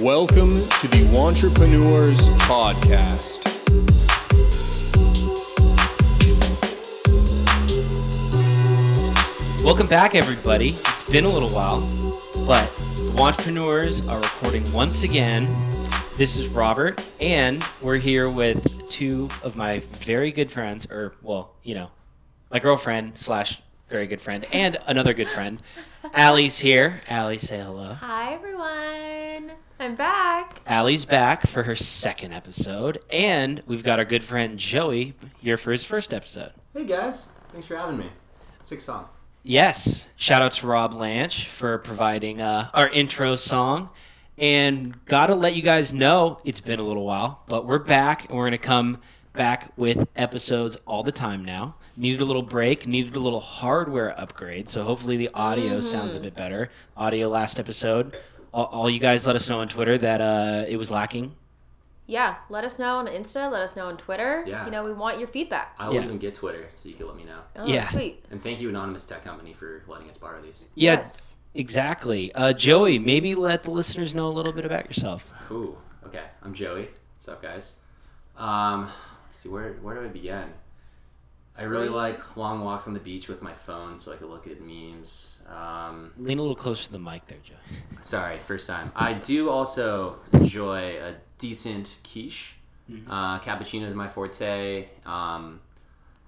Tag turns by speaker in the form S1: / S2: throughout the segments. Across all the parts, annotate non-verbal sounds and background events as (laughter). S1: Welcome to the Entrepreneurs Podcast.
S2: Welcome back, everybody. It's been a little while, but the entrepreneurs are recording once again. This is Robert, and we're here with two of my very good friends, or well, you know, my girlfriend slash very good friend, and another good friend. Allie's here. Allie, say hello.
S3: Hi everyone. I'm back.
S2: Allie's back for her second episode, and we've got our good friend Joey here for his first episode.
S4: Hey guys, thanks for having me. Sick song.
S2: Yes. Shout out to Rob Lanch for providing uh, our intro song. And gotta let you guys know it's been a little while, but we're back and we're gonna come back with episodes all the time now. Needed a little break, needed a little hardware upgrade, so hopefully the audio sounds a bit better. Audio last episode. All, all you guys let us know on Twitter that uh, it was lacking.
S3: Yeah, let us know on Insta, let us know on Twitter.
S4: Yeah.
S3: You know, we want your feedback.
S4: I will
S2: Yeah.
S4: even get Twitter, so you can let me know.
S3: Oh,
S2: Yeah.
S3: sweet.
S4: And thank you, anonymous tech company, for letting us borrow these.
S2: Yeah,
S3: Yes.
S2: exactly. Uh, Joey, maybe let the listeners know a little bit about yourself.
S4: Ooh. Okay. I'm Joey. What's up, guys? Um, let's see. Where Where do I begin? I really like long walks on the beach with my phone, so I could look at memes. Um,
S2: Lean a little closer to the mic there, Joey.
S4: sorry, first time. I do also enjoy a decent quiche. Uh, cappuccino is my forte. Um,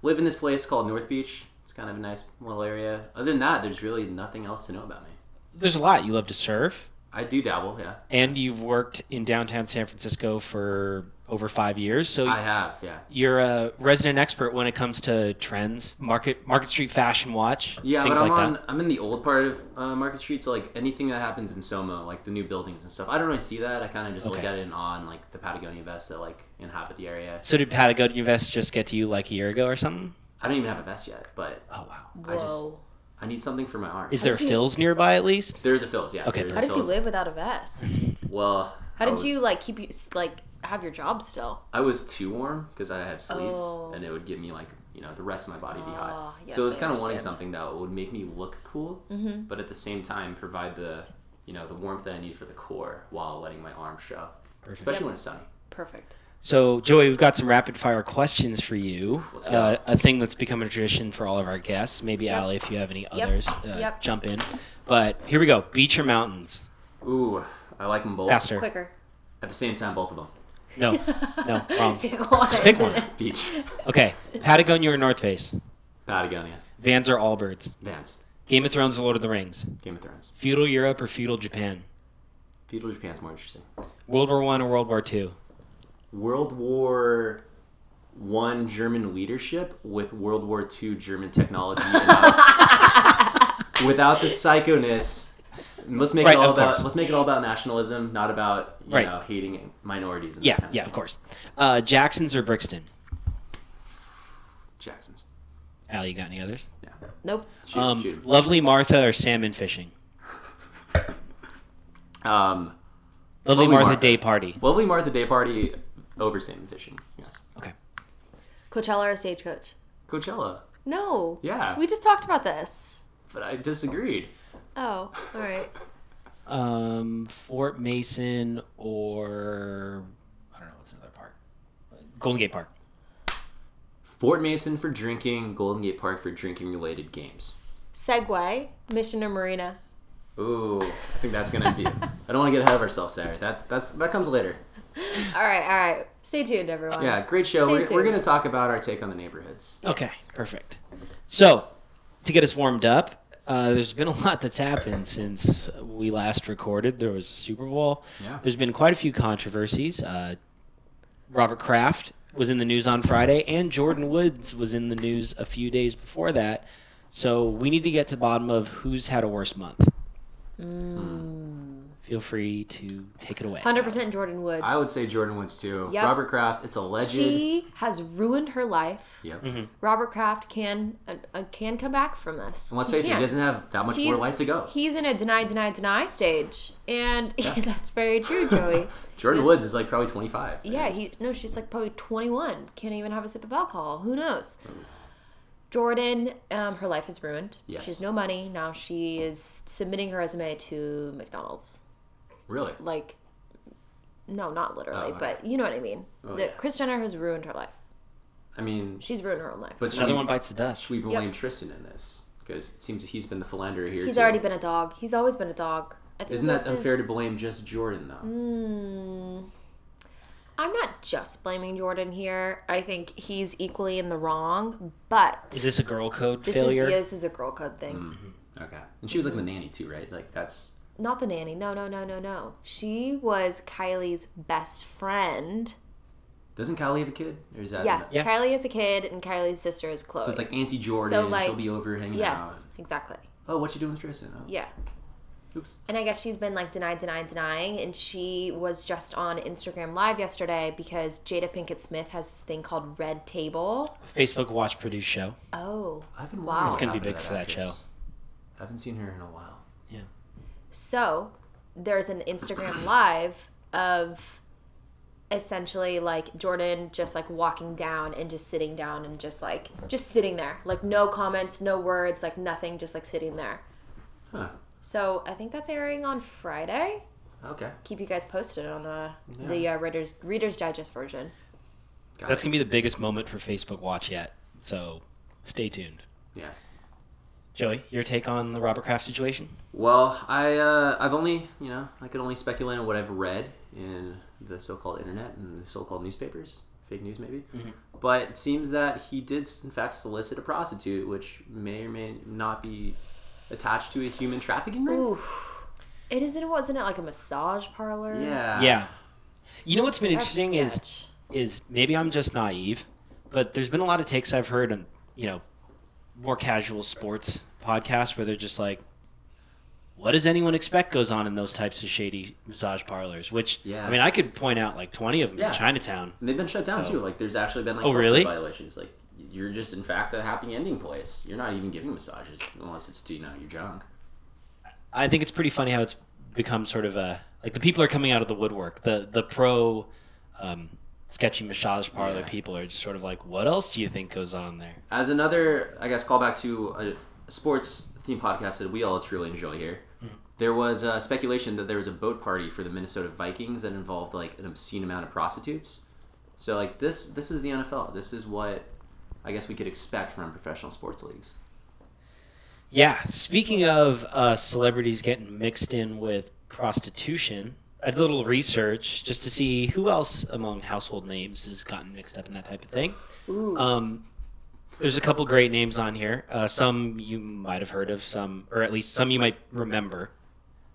S4: live in this place called North Beach. It's kind of a nice little area. Other than that, there's really nothing else to know about me.
S2: There's a lot. You love to surf.
S4: I do dabble, yeah.
S2: and you've worked in downtown San Francisco for over five years. So
S4: I have, yeah.
S2: you're a resident expert when it comes to trends, market Market Street Fashion Watch,
S4: Yeah,
S2: things
S4: but I'm
S2: like
S4: on.
S2: that.
S4: I'm in the old part of uh, Market Street, so like anything that happens in SoMa, like the new buildings and stuff, I don't really see that. I kind of just look
S2: Okay.
S4: at it in awe and like the Patagonia vest that like inhabit the area.
S2: So did Patagonia Vest just get to you like a year ago or something?
S4: I don't even have a vest yet, but
S2: Oh wow!
S3: Whoa.
S4: I just I need something for my arm.
S2: Is there
S3: did you-
S2: Phil's nearby at least?
S4: There's a Phil's, yeah.
S2: Okay,
S4: there's a
S3: How did you
S4: Phil's.
S3: live without a vest?
S4: Well,
S3: How
S4: I
S3: did
S4: was-
S3: you like keep you like have your job still?
S4: I was too warm because I had sleeves,
S3: Oh.
S4: and it would give me like you know the rest of my body be hot.
S3: Ah, yes,
S4: so I was
S3: I
S4: kind of wanting
S3: understand.
S4: something that would make me look cool,
S3: Mhm.
S4: but at the same time provide the you know the warmth that I need for the core while letting my arm show,
S2: Perfect.
S4: especially when it's sunny.
S3: Perfect.
S2: So Joey, we've got some rapid fire questions for you.
S4: Let's go.
S2: Uh, a thing that's become a tradition for all of our guests. Maybe
S3: Yep.
S2: Allie, if you have any others, uh,
S3: Yep.
S2: jump in. But here we go. Beach or mountains?
S4: Ooh, I like them both.
S2: Faster.
S3: Quicker.
S4: (laughs) At the same time, both of them.
S3: (laughs)
S2: No, no, wrong.
S3: Pick (laughs) one.
S2: pick one.
S4: Beach,
S3: (laughs)
S2: Okay, Patagonia or North Face?
S4: Patagonia,
S2: Vans or Allbirds?
S4: Vans,
S2: Game of Thrones or Lord of the Rings?
S4: Game of Thrones.
S2: Feudal Europe or feudal Japan?
S4: Feudal Japan's more interesting.
S2: World War One or World War Two?
S4: World War One German leadership with World War Two
S2: (laughs)
S4: German technology. and- without the psychoness, let's make
S2: Right,
S4: it all
S2: of
S4: about
S2: course.
S4: let's make it all about nationalism, not about you
S2: Right.
S4: know hating minorities. And that
S2: Yeah,
S4: kind
S2: yeah, of
S4: thing.
S2: course. Uh, Jackson's or Brixton?
S4: Jackson's.
S2: Al, you got any others?
S4: Yeah.
S3: Nope.
S4: Shoot,
S2: Um,
S4: shoot.
S2: Lovely Martha or salmon fishing?
S4: Um,
S2: Lovely,
S4: Lovely
S2: Martha,
S4: Martha.
S2: Day Party.
S4: lovely Martha Day Party over salmon fishing. Yes.
S2: Okay.
S3: Coachella or stagecoach?
S4: Coachella.
S3: No.
S4: Yeah.
S3: We just talked about this.
S4: But I disagreed.
S3: Oh, all right.
S2: Um, Fort Mason or I don't know what's another park. Golden Gate Park.
S4: Fort Mason for drinking, Golden Gate Park for drinking related games.
S3: Segway, Mission or Marina?
S4: Ooh, I think that's gonna be. I don't want to get ahead of ourselves there. That's that's that comes later.
S3: All right, all right. Stay tuned, everyone.
S4: Yeah, great show.
S3: Stay
S4: We're, we're
S3: tuned.
S4: gonna talk about our take on the neighborhoods.
S2: Okay, perfect. So, to get us warmed up, uh, there's been a lot that's happened since we last recorded. There was a Super Bowl.
S4: Yeah.
S2: There's been quite a few controversies. Uh, Robert Kraft was in the news on Friday, and Jordan Woods was in the news a few days before that. So we need to get to the bottom of who's had a worse month.
S3: Mm.
S2: Feel free to take it away.
S3: 100% Jordan Woods.
S4: I would say Jordan wins too.
S3: Yep.
S4: Robert Kraft, it's a legend.
S3: She has ruined her life.
S4: yep.
S2: Mm-hmm.
S3: Robert Kraft can uh, uh, can come back from this.
S4: And let's face it, he
S3: can.
S4: doesn't have that much more life to go.
S3: He's in a deny, deny, deny stage, and (laughs) that's very true,
S4: (laughs)
S3: Joey.
S4: Jordan Woods is like probably 25.
S3: yeah, he no, she's like probably 21, can't even have a sip of alcohol. Who knows? Jordan, um, her life is ruined.
S4: Yes.
S3: She has no money now. She is submitting her resume to McDonald's.
S4: Really?
S3: Like, No, not literally,
S4: Oh, okay.
S3: but you know what I mean.
S4: Oh,
S3: that
S4: yeah.
S3: Chris Jenner has ruined her life.
S4: I mean,
S3: She's ruined her own life.
S4: but should
S2: Another
S4: we,
S2: one bites the dust.
S4: should we blame Tristan in this? Because it seems he's been the philanderer here.
S3: He's
S4: too.
S3: already been a dog. He's always been a dog. I think
S4: Isn't
S3: this
S4: that
S3: is- Mm.
S4: unfair to blame just Jordan though?
S3: I'm not just blaming Jordan here. I think he's equally in the wrong, but
S2: Is this a girl code
S3: this is,
S2: failure?
S3: yeah, this is a girl code thing.
S4: Okay. And she was like the nanny too, right? Like that's
S3: Not the nanny. No, no, no, no, no. She was Kylie's best friend.
S4: doesn't Kylie have a kid? Or is that
S3: Yeah.
S2: Yeah.
S3: Kylie is a kid, and Kylie's sister is Chloe.
S4: Uh, So it's like Auntie Jordan.
S3: So, like,
S4: she'll be over hanging
S3: yes, exactly.
S4: out. Oh, what you doing with Tristan? Oh,
S3: Yeah.
S4: Oops.
S3: And I guess she's been like denied, denying, denying. And she was just on Instagram Live yesterday because Jada Pinkett Smith has this thing called Red Table.
S2: Facebook Watch Produce show.
S3: Oh.
S4: I haven't.
S3: Wow. It's
S2: gonna be big for that show.
S4: I haven't seen her in a while.
S2: Yeah.
S3: So there's an Instagram Live of essentially like Jordan just like walking down and just sitting down and just like just sitting there like no comments no words like nothing just like sitting there
S4: Huh.
S3: so I think that's airing on Friday
S4: Okay.
S3: keep you guys posted on uh, the
S4: Yeah.
S3: uh, readers readers digest version
S4: Got
S2: That's
S4: it.
S2: gonna be the biggest moment for Facebook Watch yet. So stay tuned.
S4: yeah.
S2: Joey, your take on the Robert Kraft situation?
S4: Well, I uh, I've only you know I could only speculate on what I've read in the so-called internet and the so-called newspapers, fake news maybe.
S2: Mm-hmm.
S4: But it seems that he did in fact solicit a prostitute, which may or may not be attached to a human trafficking ring.
S3: Ooh. It isn't wasn't it like a massage parlor?
S4: Yeah.
S2: yeah. You know what's been
S3: That's
S2: interesting is
S3: sketch.
S2: is maybe I'm just naive, but there's been a lot of takes I've heard on, you know, more casual sports podcasts where they're just like, what does anyone expect goes on in those types of shady massage parlors? Which,
S4: Yeah.
S2: I mean, I could point out like 20 of them
S4: Yeah.
S2: in Chinatown.
S4: And they've been shut down
S2: Oh.
S4: too. Like there's actually been like
S2: Oh,
S4: health
S2: really?
S4: violations. Like you're just in fact a happy ending place. You're not even giving massages unless it's to you know you're drunk.
S2: I think it's pretty funny how it's become sort of a, like the people are coming out of the woodwork. The, the pro um, sketchy massage parlor
S4: Yeah.
S2: people are just sort of like, what else do you think goes on there?
S4: As another, I guess, callback to a sports theme podcast that we all truly enjoy here.
S2: Hmm.
S4: There was uh, speculation that there was a boat party for the Minnesota Vikings that involved like an obscene amount of prostitutes. So like this, this is the NFL. This is what I guess we could expect from professional sports leagues.
S2: Yeah. Speaking of uh, celebrities getting mixed in with prostitution, I did a little research just to see who else among household names has gotten mixed up in that type of thing.
S3: Ooh.
S2: Um, there's a couple great names on here. Uh, some you might have heard of, some, or at least some you might remember,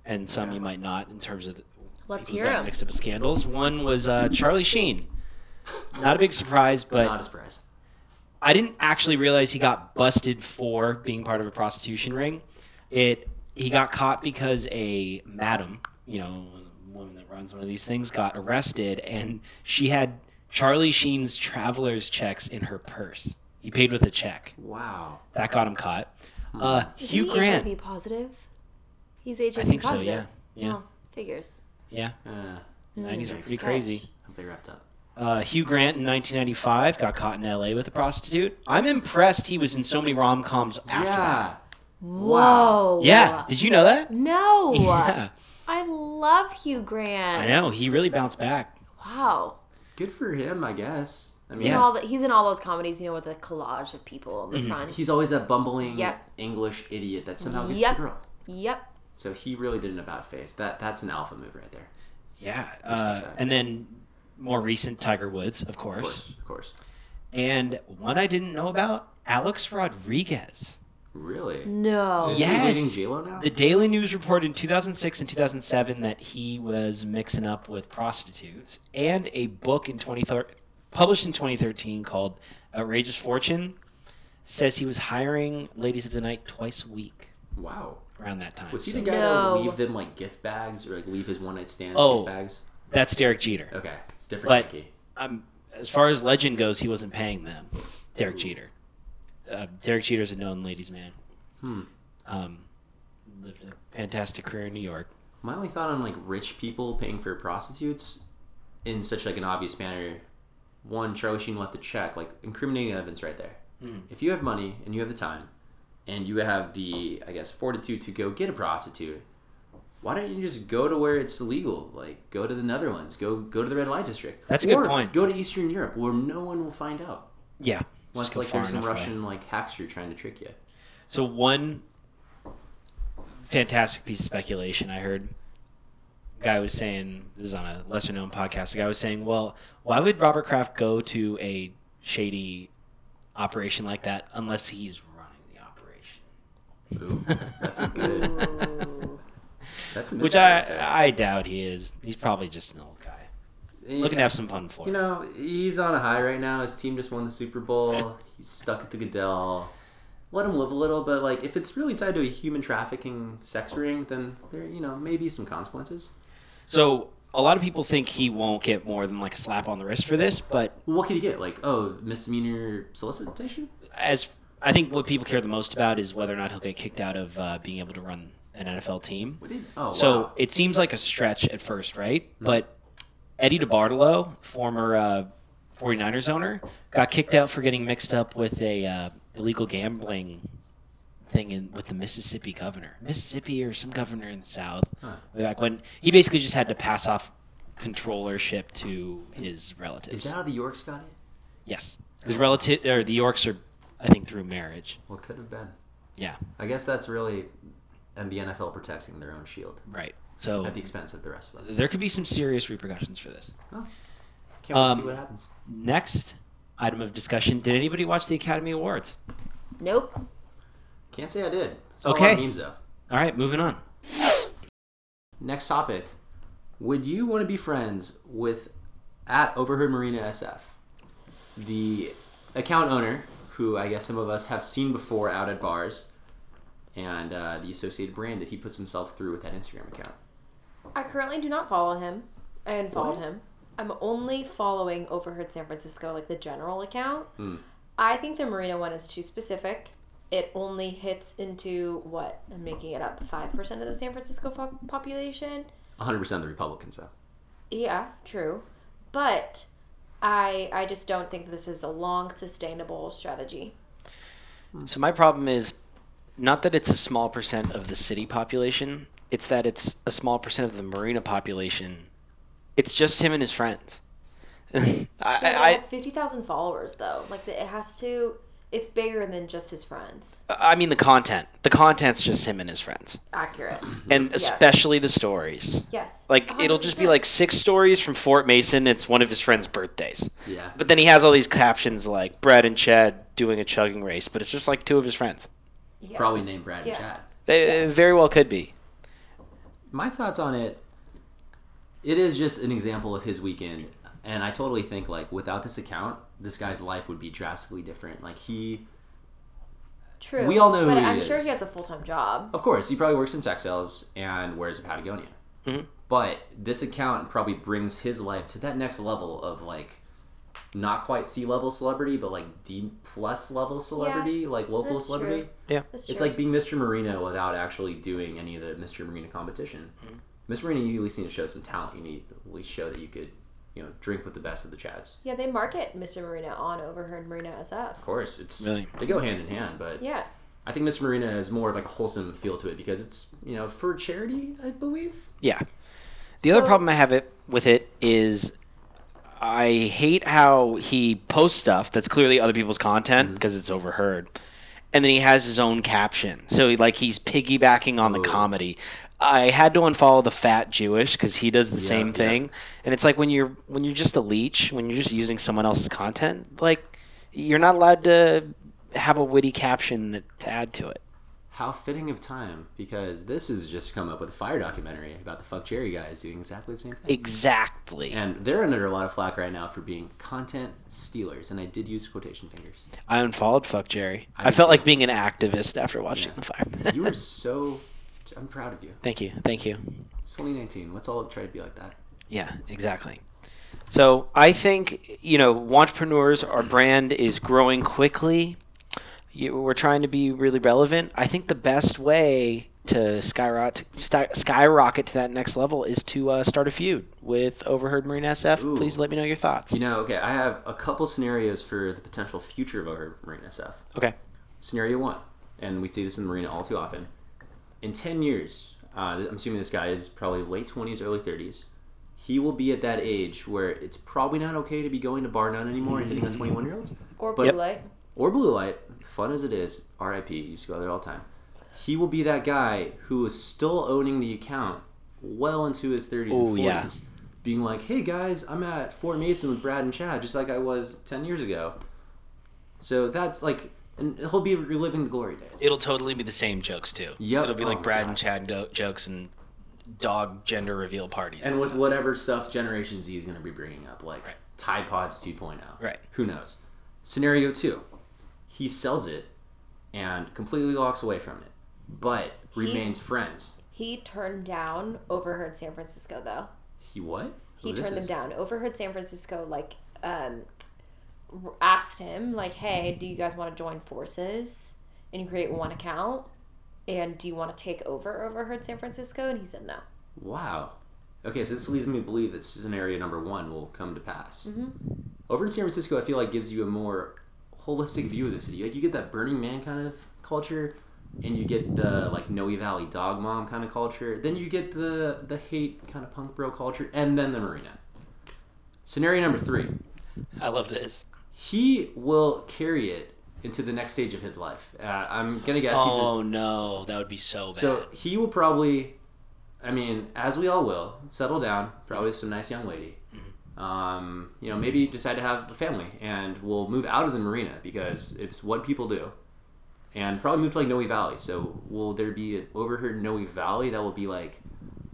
S2: and some you might not in terms of the,
S3: Let's
S2: people who
S3: hear
S2: got
S3: him.
S2: mixed up with scandals. One was uh, Charlie Sheen. Not a big surprise, but
S4: Not a surprise.
S2: I didn't actually realize he got busted for being part of a prostitution ring. It he got caught because a madam, you know, woman that runs one of these things, got arrested, and she had Charlie Sheen's traveler's checks in her purse. He paid with a check.
S4: Wow.
S2: That got him caught. Uh,
S3: Is
S2: Hugh
S3: he
S2: Grant.
S3: HIV positive? He's HIV
S2: I think so.
S3: positive.
S2: Yeah. Yeah.
S3: Oh, figures.
S2: Yeah.
S4: Uh,
S2: Nineties were pretty
S3: sketch.
S2: crazy.
S4: hope they wrapped up.
S2: Uh, Hugh Grant in 1995 got caught in L.A. with a prostitute. I'm impressed he was in so many rom-coms after that.
S4: Yeah.
S3: Whoa.
S2: Yeah. Did you know that?
S3: No.
S2: (laughs) Yeah.
S3: I love Hugh Grant.
S2: I know he really bounced back.
S3: Wow.
S4: Good for him, I guess. I
S3: He's
S4: mean,
S3: in
S2: Yeah. Mm-hmm.
S3: all the, he's in all those comedies, you know, with a collage of people on the front.
S4: he's always that bumbling
S3: Yeah.
S4: English idiot that somehow gets
S3: Yep.
S4: the girl.
S3: Yep.
S4: So he really did an about face. That that's an alpha move right there.
S2: Yeah, uh,
S4: that.
S2: and then more recent Tiger Woods, of
S4: Of
S2: course.
S4: course, of course.
S2: and one I didn't know about, Alex Rodriguez.
S4: Really?
S3: No.
S4: Is
S2: Yeah. Yes.
S4: He dating J Lo now?
S2: The Daily News reported in 2006 and 2007 that he was mixing up with prostitutes, and a book in 2013 published in 2013 called "Outrageous Fortune" says he was hiring ladies of the night twice a week
S4: wow.
S2: around that time.
S4: Was he
S2: So
S4: the guy that
S3: No.
S4: would leave them like gift bags or like leave his one night stands
S2: Oh.
S4: gift bags?
S2: that's Derek Jeter.
S4: Okay, different
S2: But-
S4: Nike.
S2: um, as far as legend goes, he wasn't paying them. Derek Jeter. Uh, Derek Jeter's a known ladies' man.
S4: Hmm.
S2: Um, lived a fantastic career in New York.
S4: My only thought on like rich people paying for prostitutes in such like an obvious manner. One, Charlie Sheen left a check, like incriminating evidence right there. If you have money and you have the time, and you have the I guess fortitude to go get a prostitute, why don't you just go to where it's legal? Like go to the Netherlands, go go to the red light district.
S2: That's a good
S4: Or
S2: point.
S4: Go to Eastern Europe where no one will find out.
S2: Yeah.
S4: Unless
S2: Just go
S4: like
S2: far
S4: there's some
S2: enough away.
S4: Russian like hackster trying to trick you.
S2: So one fantastic piece of speculation I heard. Guy was saying this is on a lesser known podcast. The guy was saying, "Well, why would Robert Kraft go to a shady operation like that unless he's running the operation?"
S4: Ooh, (laughs) that's a good.
S3: Ooh.
S4: That's a
S2: (laughs) Which
S4: mystery right there.
S2: I I doubt he is. He's probably just an old guy looking to have some fun for.
S4: You
S2: it.
S4: know, he's on a high right now. His team just won the
S2: (laughs)
S4: Super Bowl. He's stuck at the Goodell. Let him live a little, but like if it's really tied to a human trafficking sex ring, then there you know maybe some consequences.
S2: So a lot of people think he won't get more than like a slap on the wrist for this, but
S4: Well, what could he get? Like oh, misdemeanor solicitation?
S2: as I think what people care the most about is whether or not he'll get kicked out of uh, being able to run an NFL team.
S4: What did- Oh,
S2: so
S4: wow. Mm-hmm.
S2: it seems like a stretch at first, right? But Eddie DeBartolo, former uh, 49ers owner, got kicked out for getting mixed up with a uh, illegal gambling thing in with the Mississippi governor, Mississippi or some governor in the South.
S4: Huh.
S2: Way back when he basically just had to pass off controllership to his relatives.
S4: Is that how the Yorks got it?
S2: yes, his relative or the Yorks are, I think, through marriage.
S4: Well, it could have been.
S2: Yeah,
S4: I guess that's really, and the NFL protecting their own shield
S2: right. So
S4: at the expense of the rest of us.
S2: there could be some serious repercussions for this.
S4: Oh, can't wait to
S2: Um,
S4: see what happens.
S2: Next item of discussion: Did anybody watch the Academy Awards?
S3: Nope.
S4: Can't say I did. It's all
S2: Okay.
S4: on memes though.
S2: All right, moving on.
S4: Next topic. Would you want to be friends with at Overheard Marina SF, the account owner, who I guess some of us have seen before out at bars, and uh, the associated brand that he puts himself through with that Instagram account?
S3: I currently do not follow him. I unfollowed
S4: What?
S3: him. I'm only following Overheard San Francisco, like the general account.
S2: Hmm.
S3: I think the Marina one is too specific. It only hits into what? I'm making it up 5% of the San Francisco po- population.
S4: 100% of the Republicans, though.
S3: Yeah, true. But I I just don't think this is a long sustainable strategy.
S2: So my problem is not that it's a small percent of the city population; it's that it's a small percent of the marina population. It's just him and his friends. (laughs) I,
S3: Yeah, but
S2: I,
S3: it has 50,000 followers though. Like it has to it's bigger than just his friends.
S2: I mean the content. The content's just him and his friends, (clears throat)
S3: Accurate.
S2: and
S3: Yes.
S2: especially the stories.
S3: Yes.
S2: Like it'll just be
S3: 100%.
S2: like six stories from Fort Mason. It's one of his friends' birthdays.
S4: Yeah.
S2: But then he has all these captions like Brad and Chad doing a chugging race, but it's just like two of his friends.
S3: Yeah.
S4: Probably named Brad
S3: Yeah.
S4: and Chad.
S2: They it very well could be.
S4: my thoughts on it it is just an example of his weekend and i totally think like without this account this guy's life would be drastically different like he
S3: True.
S4: We all know
S3: but
S4: who he
S3: I'm sure
S4: is.
S3: he has a full time job.
S4: of course he probably works in tech sales and wears a patagonia
S2: Mhm.
S4: but this account probably brings his life to that next level of like not quite sea level celebrity but like d plus level celebrity like local
S3: that's
S4: celebrity
S3: true.
S2: Yeah.
S3: That's
S4: It's
S3: true.
S4: like being Mr. Marino without actually doing any of the Mr. Marino competition. Mr. Marino, you at least need to show some talent. You need to at least show that you could, you know, drink with the best of the Chads.
S3: yeah, they market Mr. Marina on Overheard Marina SF.
S4: Of course, it's
S2: Really?
S4: they go hand in hand. But
S3: Yeah,
S4: I think Mr. Marino has more of like a wholesome feel to it because it's you know for charity, I believe.
S2: Yeah. The other
S3: So-
S2: problem I have it with it is I hate how he posts stuff that's clearly other people's content
S4: Mm-hmm.
S2: because it's overheard. And then he has his own caption. So like he's piggybacking on the
S4: Oh.
S2: comedy. I had to unfollow the fat Jewish because he does the
S4: Yeah,
S2: same
S4: yeah.
S2: thing. And it's like when you're when you're just a leech, when you're just using someone else's content, like you're not allowed to have a witty caption that- to add to it.
S4: How fitting of time because this has just come up with a fire documentary about the fuck Jerry guys doing exactly the same thing.
S2: Exactly.
S4: And they're under a lot of flack right now for being content stealers, and I did use quotation fingers.
S2: I unfollowed Fuck Jerry.
S4: I
S2: I, felt
S4: did
S2: like
S4: too.
S2: being an activist after watching
S4: Yeah.
S2: the fire. (laughs)
S4: You were so. I'm proud of you.
S2: Thank you. Thank you.
S4: It's 2019. Let's all try to be like that.
S2: Yeah, exactly. So I think, you know, entrepreneurs, our brand is growing quickly. You, we're trying to be really relevant. I think the best way to skyrocket, sty- skyrocket to that next level is to uh, start a feud with Overheard Marine SF.
S4: Ooh.
S2: Please let me know your thoughts.
S4: You know, okay, I have a couple scenarios for the potential future of our Marine SF.
S2: Okay.
S4: Scenario one, and we see this in the Marina all too often. In 10 years, uh, I'm assuming this guy is probably late 20s, early 30s. He will be at that age where it's probably not okay to be going to Bar None anymore and hitting on 21 year olds
S3: Or
S4: But-
S3: blue light.
S4: or Blue Light, fun as it is, RIP, used to go there all the time. He will be that guy who is still owning the account well into his 30s
S5: Oh,
S4: and 40s.
S5: yeah.
S4: Being like, hey guys, I'm at Fort Mason with Brad and Chad, just like I was 10 years ago. So that's like, and he'll be reliving the glory days.
S2: It'll totally be the same jokes too.
S4: Yep.
S2: It'll be
S4: Oh,
S2: like Brad
S4: God.
S2: and Chad go- jokes and dog gender reveal parties.
S4: and with
S2: stuff.
S4: whatever stuff Generation Z is going to be bringing up, like
S2: Right.
S4: Tide Pods 2.0.
S2: Right.
S4: Who knows? Scenario two, he sells it and completely walks away from it, but remains friends.
S3: He turned down overheard San Francisco though.
S4: He what?
S3: He
S4: Who this
S3: turned them
S4: is?
S3: down. Overheard San Francisco like um, r- asked him like, "Hey, do you guys want to join forces and create one account? And do you want to take over Overheard San Francisco?" And he said no.
S4: Wow. Okay, so this leads me to believe that scenario number one will come to pass.
S3: Mm-hmm.
S4: Over in San Francisco, I feel like gives you a more holistic view of the city. Like you get that Burning Man kind of culture, and you get the like Noe Valley Dog Mom kind of culture. Then you get the the hate kind of punk bro culture, and then the marina. Scenario number three:
S2: I love this.
S4: He will carry it into the next stage of his life. Uh, I'm gonna guess he's a
S2: Oh no, that would be so bad.
S4: So he will probably, I mean, as we all will, settle down. Probably some nice young lady.
S2: Mm-hmm.
S4: Um, you know, maybe decide to have a family, and we'll move out of the marina because it's what people do. And probably move to like Noe Valley. So will there be an overheard Noe Valley that will be like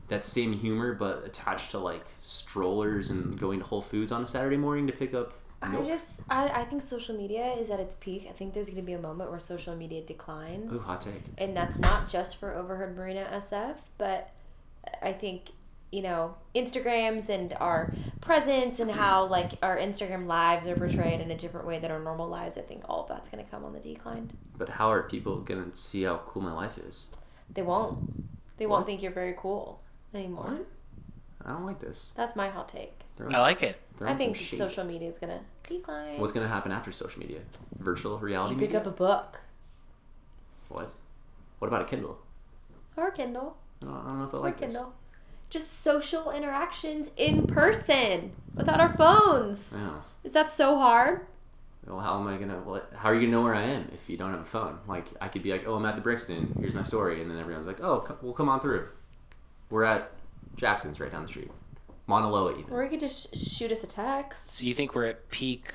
S4: that same humor but attached to like strollers and going to Whole Foods on a Saturday morning to pick up?
S3: I
S4: milk?
S3: just I, I think social media is at its peak. I think there's going to be a moment where social media declines.
S4: Ooh, hot take.
S3: and that's not just for overheard marina sf but i think you know instagrams and our presence and how like our instagram lives are portrayed in a different way than our normal lives i think all of that's going to come on the decline
S4: But how are people gonna see how cool my life is?
S3: they won't they won't
S4: What?
S3: think you're very cool anymore
S4: What? I don't like this.
S3: that's my hot take
S4: Throwing
S2: I
S4: some-
S2: like it.
S4: throwing
S3: i think
S4: some shade.
S3: social media is going to decline
S4: What's gonna happen after social media? Virtual reality
S3: you pick
S4: media?
S3: up a book
S4: what? What about a Kindle?
S3: or a kindle
S4: I don't, I don't know if I
S3: or
S4: like this.
S3: kindle just social interactions in person without our phones
S4: Oh.
S3: is that so hard
S4: Well, how am I gonna? What, how are you gonna know where I am if you don't have a phone? Like, I could be like, "Oh, I'm at the Brixton. Here's my story," and then everyone's like, "Oh, c- well, come on through. We're at Jackson's, right down the street, Mauna Loa, even
S3: Or you could just sh- shoot us a text.
S2: So you think we're at peak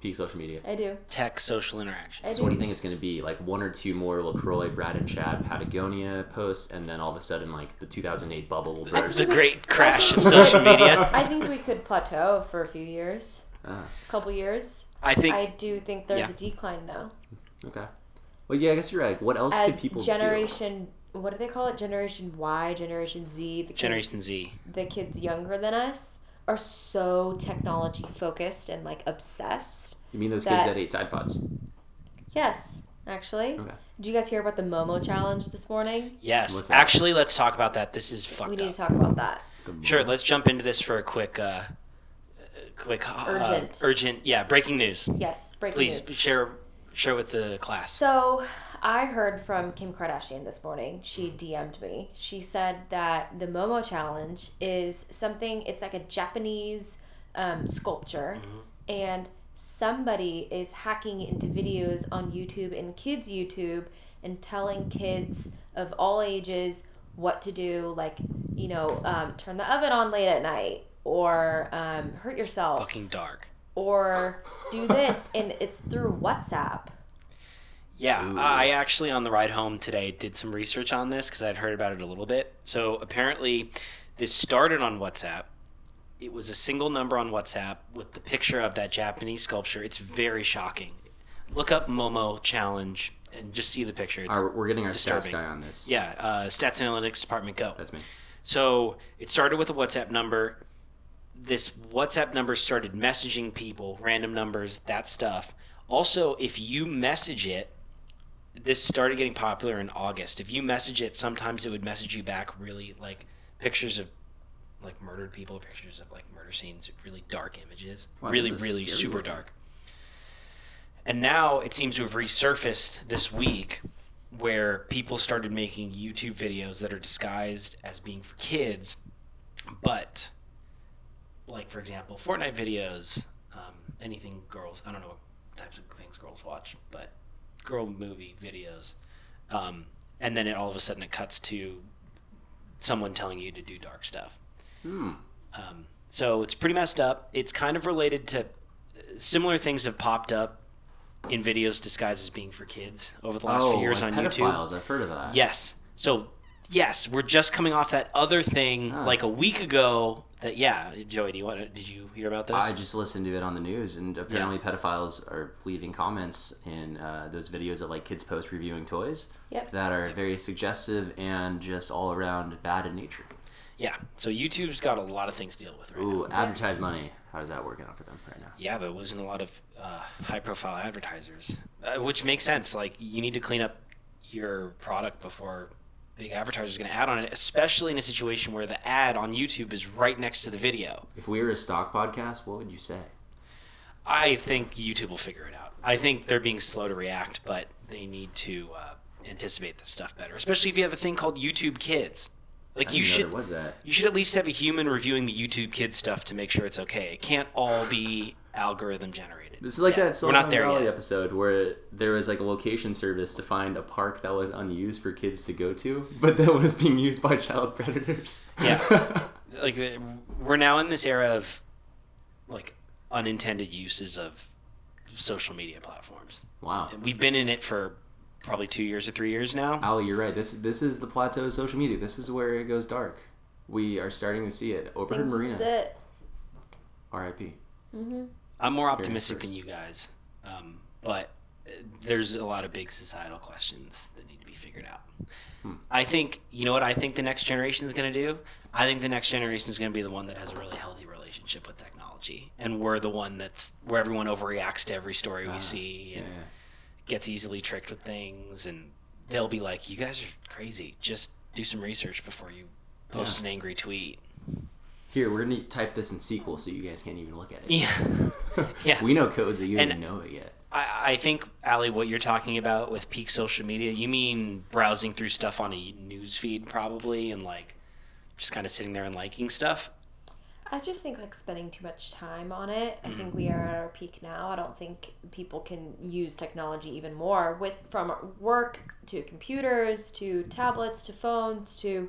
S4: peak social media."
S3: I do.
S2: tech social interaction?
S3: I
S4: So, what
S3: do.
S4: do you think it's gonna be? Like one or two more Lacroix, Brad and Chad, Patagonia posts, and then all of a sudden, like the 2008 bubble will burst.
S2: The great crash
S3: (laughs)
S2: of social media.
S3: I think we could plateau for a few years,
S4: Ah.
S3: a couple years.
S2: I think
S3: I do think there's
S2: Yeah.
S3: a decline though,
S4: Okay. Well, yeah, I guess you're right. What else could
S3: as
S4: people do?
S3: generation. What do they call it? Generation Y, Generation Z, the kids,
S2: Generation Z.
S3: the kids younger than us are so technology focused and like obsessed.
S4: You mean those kids
S3: that-
S4: that ate Tide Pods?
S3: Yes, actually.
S4: Okay.
S3: Did you guys hear about the Momo challenge this morning?
S2: Yes.
S4: What's that?
S2: Actually, let's talk about that. This is fucked
S3: We
S2: up.
S3: need to talk about that.
S2: Sure, let's jump into this for a quick, uh, uh, quick, uh,
S3: Urgent.
S2: urgent. Yeah, breaking news.
S3: Yes, breaking
S2: Please
S3: news.
S2: share, share with the class.
S3: So I heard from Kim Kardashian this morning. She DM'd me. She said that the Momo challenge is something, it's like a Japanese um, sculpture, and somebody is hacking into videos on YouTube and kids' YouTube and telling kids of all ages what to do, like, you know, um, turn the oven on late at night or um, hurt yourself
S2: Fucking dark.
S3: or do this. And it's through WhatsApp.
S2: Yeah, I actually on the ride home today did some research on this because I'd heard about it a little bit. So apparently, this started on WhatsApp. It was a single number on WhatsApp with the picture of that Japanese sculpture. It's very shocking. Look up Momo challenge and just see the picture. It's,
S4: Our, we're getting our stats
S2: Disturbing.
S4: guy on this.
S2: yeah, uh, stats analytics department go.
S4: That's me.
S2: So it started with a WhatsApp number. This WhatsApp number started messaging people, random numbers, that stuff. Also, if you message it, this started getting popular in August. If you message it, sometimes it would message you back really like pictures of like murdered people, pictures of like murder scenes, really dark images,
S4: Wow,
S2: really,
S4: this is
S2: really
S4: scary
S2: super
S4: looking.
S2: dark. And now it seems to have resurfaced this week where people started making YouTube videos that are disguised as being for kids, but like for example, Fortnite videos, um, anything girls. I don't know what types of things girls watch, but girl movie videos. Um, and then it all of a sudden it cuts to someone telling you to do dark stuff.
S4: Hmm.
S2: Um, so it's pretty messed up. It's kind of related to similar things have popped up in videos disguised as being for kids over the last
S4: oh,
S2: few years
S4: like
S2: on YouTube.
S4: pedophiles. I've heard of that.
S2: Yes. So yes, we're just coming off that other thing
S4: Huh.
S2: like a week ago. That yeah, Joey, do you want? to Did you hear about this?
S4: I just listened to it on the news, and apparently pedophiles are leaving comments in uh, those videos of like kids post reviewing toys
S3: Yep.
S4: that are very suggestive and just all around bad in nature.
S2: yeah. So YouTube's got a lot of things to deal with right now.
S4: Ooh, advertise money. How is that working out for them right now?
S2: Yeah, there wasn't a lot of uh, high-profile advertisers, uh, which makes sense. Like you need to clean up your product before big advertisers going to ad on it, especially in a situation where the ad on YouTube is right next to the video.
S4: If we were a stock podcast, what would you say?
S2: I think YouTube will figure it out. I think they're being slow to react, but they need to uh, anticipate this stuff better, especially if you have a thing called YouTube Kids.
S4: I
S2: Like
S4: didn't
S2: you
S4: know
S2: should
S4: there was that.
S2: you should at least have a human reviewing the YouTube Kids stuff to make sure it's okay. It can't all be algorithm generated.
S4: This is like
S2: Yeah,
S4: that
S2: we're
S4: Silicon
S2: not there
S4: Valley
S2: yet.
S4: episode where there was like a location service to find a park that was unused for kids to go to, but that was being used by child predators.
S2: Yeah. like uh, we're now in this era of like unintended uses of social media platforms.
S4: (laughs) wow.
S2: And We've been in it for probably two years or three years now.
S4: Ali, you're right. This this is the plateau of social media. This is where it goes dark. We are starting to see it.
S3: I
S4: Overheard
S3: think this is
S4: Marina.
S3: it.
S4: R.I.P.
S2: I'm more optimistic
S4: first.
S2: than you guys, um, but uh, there's a lot of big societal questions that need to be figured out. I think you know what I think the next generation is going to do. I think the next generation is going to be the one that has a really healthy relationship with technology, and we're the one that's where everyone overreacts to every story we see.
S4: Yeah.
S2: And, gets easily tricked with things and they'll be like you guys are crazy just do some research before you post an angry tweet (laughs)
S4: Here, we're gonna type this in SQL so you guys can't even look at it.
S2: yeah (laughs) Yeah.
S4: (laughs) We know codes that you
S2: And-
S4: didn't know it yet.
S2: I, I think ali what you're talking about with peak social media you mean browsing through stuff on a news feed probably and like just kind of sitting there and liking stuff
S3: I just think like spending too much time on it. I think we are
S2: Mm-hmm.
S3: at our peak now. I don't think people can use technology even more with from work to computers to tablets to phones to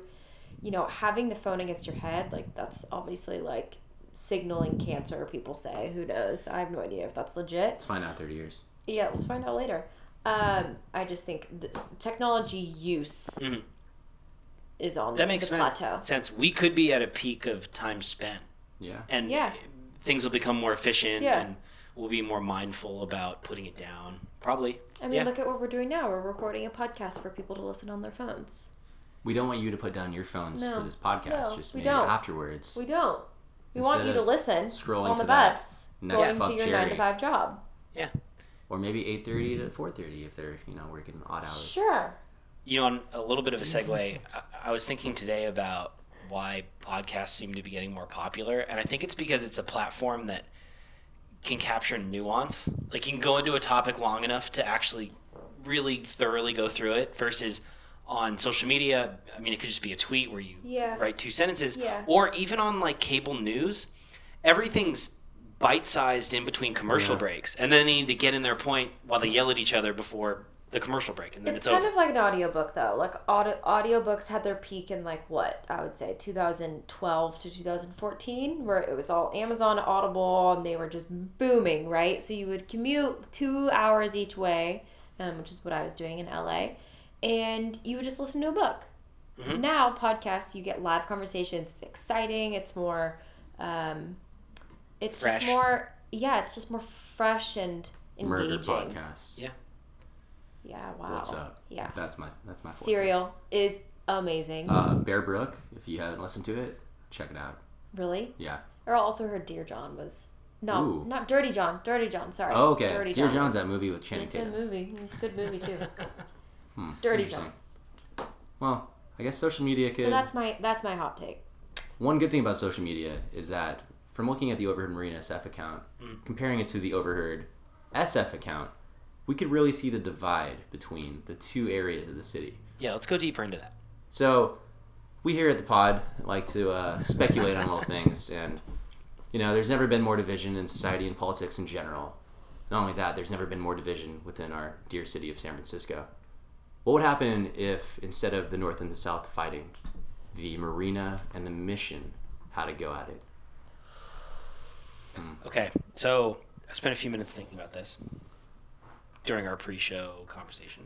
S3: you know having the phone against your head like that's obviously like signaling cancer people say who knows i have no idea if that's legit
S4: Let's find out in 30 years.
S3: yeah let's find out later um i just think this technology use
S2: Mhm.
S3: is on
S2: that makes
S3: the
S2: men-
S3: plateau
S2: sense we could be at a peak of time spent
S4: Yeah.
S2: and
S3: Yeah.
S2: things will become more efficient
S3: Yeah.
S2: and we'll be more mindful about putting it down probably
S3: I mean,
S2: Yeah.
S3: look at what we're doing now. We're recording a podcast for people to listen on their phones.
S4: We don't want you to put down your phones
S3: No.
S4: for this podcast.
S3: No,
S4: just
S3: we
S4: maybe
S3: don't.
S4: afterwards.
S3: We don't. We want
S4: Instead
S3: you to
S4: of
S3: listen
S4: scrolling
S3: on
S4: to
S3: the
S4: that
S3: bus,
S4: next
S3: going
S4: fuck
S3: to your nine
S4: Jerry.
S3: to five job.
S2: yeah
S4: Or maybe 8.30
S3: Mm-hmm.
S4: to 4.30 if they're, you know, working odd hours.
S3: Sure.
S2: you know, on a little bit of a segue, I, I was thinking today about why podcasts seem to be getting more popular, and I think it's because it's a platform that can capture nuance. Like you can go into a topic long enough to actually really thoroughly go through it versus on social media, I mean it could just be a tweet where you
S3: Yeah.
S2: write two sentences
S3: Yeah.
S2: or even on like cable news, everything's bite-sized in between commercial
S4: Yeah.
S2: breaks and then they need to get in their point while they yell at each other before the commercial break and then
S3: It's
S2: it's,
S3: kind
S2: over.
S3: of like an audiobook, though. Like, audio, audiobooks had their peak in, like, what? I would say 2012 to 2014, where it was all Amazon Audible and they were just booming, right? So you would commute two hours each way, um, which is what I was doing in LA, and you would just listen to a book.
S2: Mm-hmm.
S3: Now, podcasts, you get live conversations. It's exciting. It's more, um, it's
S2: Fresh.
S3: just more, yeah, it's just more fresh and
S4: Murder
S3: engaging.
S4: podcast.
S2: Yeah.
S3: Yeah, wow.
S4: What's up?
S3: Yeah.
S4: That's my, that's my forte.
S3: Serial is amazing.
S4: Uh, Bear Brook, if you haven't listened to it, check it out.
S3: really?
S4: Yeah.
S3: Or also heard Dear John was no,
S4: Ooh.
S3: not Dirty John. Dirty John, sorry.
S4: Oh, okay. Dear
S3: John.
S4: John's that movie with Channing
S3: It's a
S4: Tatum.
S3: movie. It's a good movie
S4: (laughs)
S3: too.
S4: Hmm,
S3: Dirty
S4: interesting.
S3: John.
S4: Well, I guess social media could.
S3: So that's my that's my hot take.
S4: One good thing about social media is that
S3: Mm.
S4: from looking at the Overheard Marina SF account, comparing it to the Overheard SF account, we could really see the divide between the two areas of the city.
S2: Yeah, let's go deeper into that.
S4: So, we here at the pod like to uh, speculate on all things, and you know, there's never been more division in society and politics in general. Not only that, there's never been more division within our dear city of San Francisco. What would happen if instead of the North and the South fighting, the Marina and the Mission had a go at it?
S2: Okay, so I spent a few minutes thinking about this during our pre-show conversation.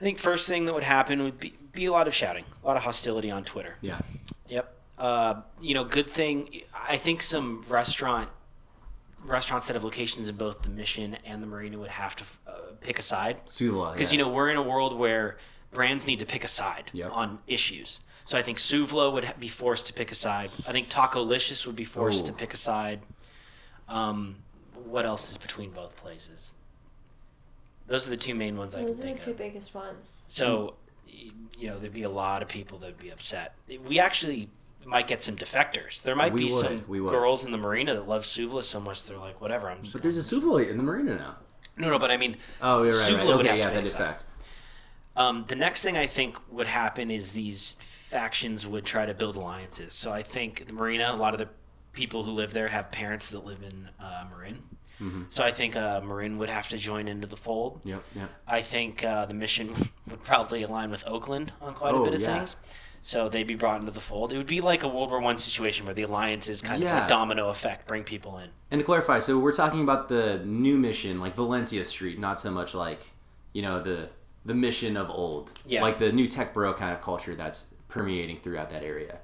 S2: I think first thing that would happen would be, be a lot of shouting, a lot of hostility on Twitter.
S4: Yeah.
S2: Yep. Uh, you know, good thing. I think some restaurant restaurants that have locations in both the Mission and the Marina would have to uh, pick a side
S4: Sula.
S2: because you know we're in a world where brands need to pick a side
S4: Yep.
S2: on issues. So I think Suvlo would ha- be forced to pick a side. I think Taco Licious would be forced to
S4: Ooh.
S2: pick a side. Um, what else is between both places? Those are the two main ones I can
S3: Those are the
S2: think
S3: two
S2: of.
S3: biggest ones.
S2: So, y- you know, there'd be a lot of people that'd be upset. We actually might get some defectors. There might
S4: We
S2: be
S4: would,
S2: some
S4: we would.
S2: girls in the marina that love Suvla so much they're like, whatever. I'm just
S4: But
S2: gonna-
S4: there's a Suvla in the Marina now.
S2: no, no. But I mean,
S4: Oh, you're right.
S2: Suvla
S4: right.
S2: would
S4: Okay,
S2: have to
S4: yeah,
S2: pick
S4: that is
S2: a side.
S4: fact.
S2: Um, the next thing I think would happen is these factions would try to build alliances. So I think the Marina, a lot of the people who live there have parents that live in uh, Marin.
S4: Mm-hmm.
S2: So I think uh, Marin would have to join into the fold.
S4: Yep, yep.
S2: I think uh, the mission (laughs) would probably align with Oakland on quite
S4: Oh,
S2: a bit of
S4: yeah.
S2: things. So they'd be brought into the fold. It would be like a World War One situation where the alliances kind of
S4: Yeah.
S2: a domino effect, bring people in.
S4: And to clarify, so we're talking about the new mission, like Valencia Street, not so much like, you know, the the mission of old.
S2: Yeah.
S4: Like the new tech bro kind of culture that's permeating throughout that area.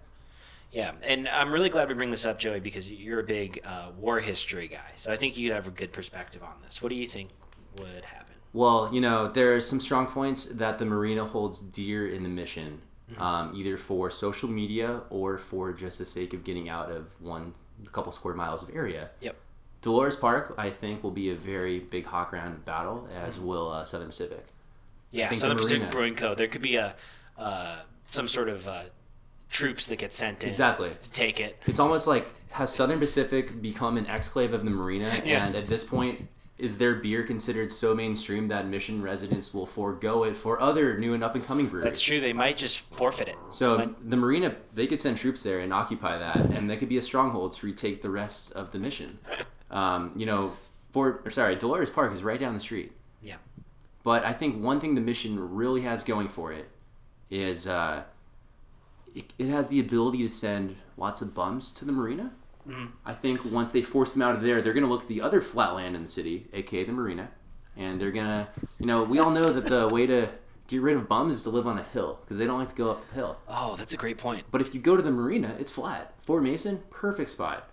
S2: Yeah, and I'm really glad we bring this up, Joey, because you're a big uh, war history guy. So I think you'd have a good perspective on this. What do you think would happen?
S4: Well, you know, there are some strong points that the marina holds dear in the mission,
S2: Mm-hmm.
S4: um, either for social media or for just the sake of getting out of one a couple square miles of area.
S2: Yep.
S4: Dolores Park, I think, will be a very big hot ground of battle, as
S2: Mm-hmm.
S4: will uh, Southern Pacific.
S2: Yeah,
S4: think
S2: Southern
S4: the
S2: Pacific
S4: Marina-
S2: Brewing Co. There could be a uh, some sort of uh, troops that get sent in
S4: Exactly.
S2: to take it.
S4: It's almost like has Southern Pacific become an exclave of the marina?
S2: Yeah.
S4: And at this point, is their beer considered so mainstream that mission residents will forego it for other new and up and coming breweries?
S2: That's true. They might just forfeit it.
S4: So
S2: But-
S4: the marina, they could send troops there and occupy that, and they could be a stronghold to retake the rest of
S2: (laughs)
S4: the mission. Um, you know, Fort or sorry, Dolores Park is right down the street.
S2: yeah.
S4: But I think one thing the mission really has going for it is uh, it, it has the ability to send lots of bums to the marina. I think once they force them out of there, they're going to look at the other flatland in the city, aka the marina, and they're going to, you know, we all know that the way to get rid of bums is to live on a hill because they don't like to go up the hill.
S2: Oh, that's a great point.
S4: But if you go to the marina, it's flat. Fort Mason, perfect spot.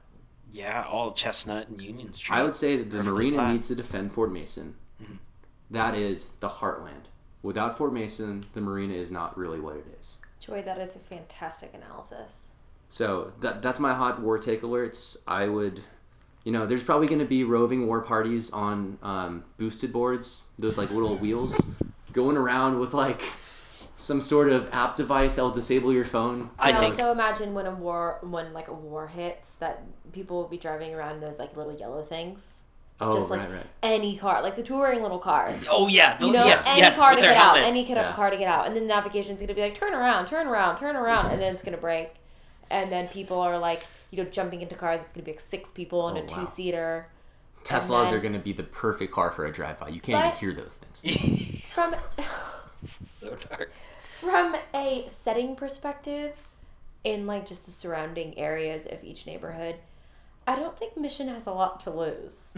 S2: Yeah, all Chestnut and Union Street.
S4: I would say that the
S2: Perfectly
S4: marina
S2: flat.
S4: needs to defend Fort Mason.
S3: Mm-hmm.
S4: That is the heartland. Without Fort Mason, the marina is not really what it is.
S3: Joy, that is a fantastic analysis.
S4: So that that's my hot war take alerts. I would, you know, there's probably going to be roving war parties on um, boosted boards, those
S3: (laughs)
S4: like little wheels, going around with like some sort of app device that'll disable your phone.
S2: I
S3: I
S2: think
S3: also imagine when a war, when like a war hits, that people will be driving around in those like little yellow things.
S4: Oh,
S3: Just like
S4: right, right.
S3: any car, like the touring little cars.
S2: Oh yeah, the-
S3: You know,
S2: yes,
S3: any
S2: yes,
S3: car
S2: with
S3: to
S2: their
S3: get out,
S2: helmets.
S3: any kid
S4: Yeah.
S3: car to get out, and then navigation's gonna be like, turn around, turn around, turn around, and then it's gonna break, and then people are like, you know, jumping into cars. It's gonna be like six people in
S4: Oh,
S3: a
S4: wow.
S3: two seater.
S4: Teslas
S3: then-
S4: are going to be the perfect car for a drive-by. You can't even
S3: But-
S4: hear those things.
S3: (laughs) From
S2: (laughs) so dark.
S3: from a setting perspective in like just the surrounding areas of each neighborhood i don't think mission has a lot to lose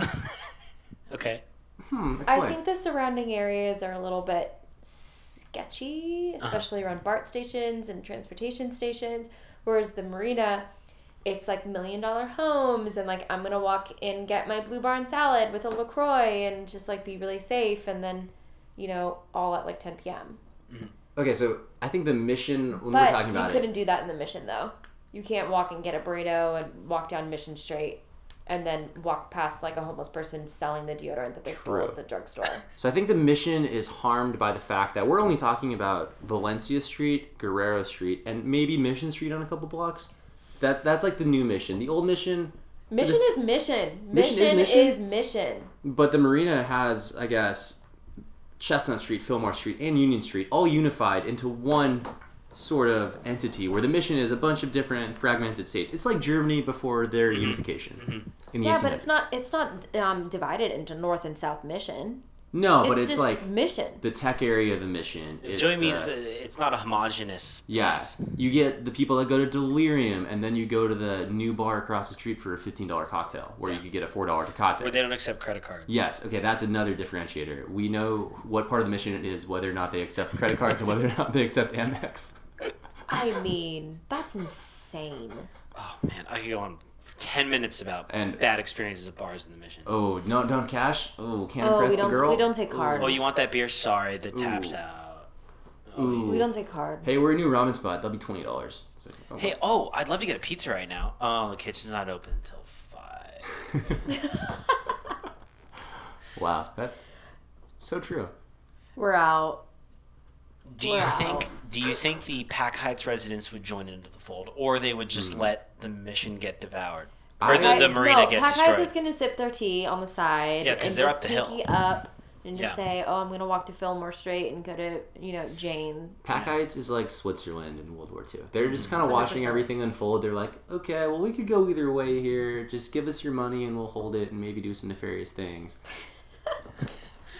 S2: Okay.
S4: Hmm,
S3: i
S4: explain.
S3: think the surrounding areas are a little bit sketchy
S4: Uh-huh.
S3: especially around bart stations and transportation stations whereas the marina it's like million dollar homes and like i'm gonna walk and get my blue barn salad with a lacroix and just like be really safe and then you know all at like 10 p.m
S4: Okay, so I think the mission when we're
S3: But
S4: talking
S3: you
S4: about
S3: couldn't
S4: it,
S3: do that in the mission though. You can't walk and get a burrito and walk down Mission Street and then walk past like a homeless person selling the deodorant that they stole
S4: True.
S3: at the drugstore.
S4: so I think the mission is harmed by the fact that we're only talking about Valencia Street, Guerrero Street, and maybe Mission Street on a couple blocks. That that's like the new mission. The old mission,
S3: Mission is
S4: This-
S3: mission.
S4: Mission is
S3: Mission
S4: mission?
S3: is mission.
S4: But the marina has, I guess, Chestnut Street, Fillmore Street, and Union Street all unified into one sort of entity where the mission is a bunch of different fragmented states. It's like Germany before their
S2: Mm-hmm.
S4: unification. in the
S3: Yeah, but it's
S4: 1800s.
S3: not it's not um, divided into north and south mission.
S4: No,
S3: It's
S4: but it's
S3: just
S4: like
S3: mission.
S4: the tech area of the mission. It's uh,
S2: Joey
S4: the-
S2: means that it's not a homogenous.
S4: Yeah, you get the people that go to Delirium, and then you go to the new bar across the street for a fifteen dollar cocktail, where you could get a four dollar
S2: Where
S4: cocktail.
S2: they don't accept credit cards.
S4: Yes, okay, that's another differentiator. We know what part of the mission it is, whether or not they accept credit cards, and whether or not they accept Amex.
S3: I mean, that's
S4: (laughs)
S3: insane.
S2: Oh man, I could go on for ten minutes about
S4: And-
S2: bad experiences at bars in the mission. Oh,
S4: Oh, no, don't have cash. Oh, can't
S3: Oh,
S4: impress
S3: we don't
S4: the girl.
S3: we don't take card.
S2: you want that beer? Sorry, the taps
S4: Ooh.
S2: out.
S4: Ooh.
S3: We
S2: (laughs)
S3: don't take card.
S4: Hey, we're a new ramen spot. That'll be twenty dollars. So, oh,
S2: Hey, oh, I'd love to get a pizza right now. Oh, the kitchen's not open until five.
S4: wow, that's so true.
S3: (laughs) We're out.
S2: Do you
S3: Wow.
S2: think? Do you think the Pack Heights residents would join into the fold, or they would just let the mission get devoured, or the,
S4: Hmm. I-
S2: the marina
S3: no,
S2: get
S3: Packard
S2: destroyed?
S3: is gonna sip their tea on the side
S2: Yeah, 'cause
S3: and
S2: they're
S3: just
S2: up the hill.
S3: pinky up and just
S2: Yeah.
S3: say, "Oh, I'm gonna walk to Fillmore Street and go to you know Jane."
S4: Packites is like Switzerland in World War II. They're just kind of watching everything unfold. They're like, okay, well, we could go either way here. Just give us your money and we'll hold it and maybe do some nefarious things.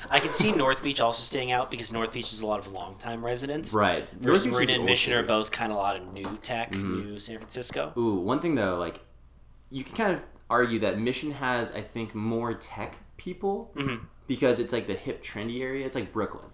S2: I can see North Beach also staying out because North Beach is a lot of longtime residents.
S4: Right.
S2: Versus
S4: North Beach is Mm-hmm.
S2: Marina and
S4: old
S2: Mission are
S4: city.
S2: both kind of a lot of new tech, new San Francisco.
S4: Ooh, one thing though, like, you can kind of argue that Mission has, I think, more tech people
S2: Mm-hmm.
S4: because it's like the hip, trendy area. It's like Brooklyn.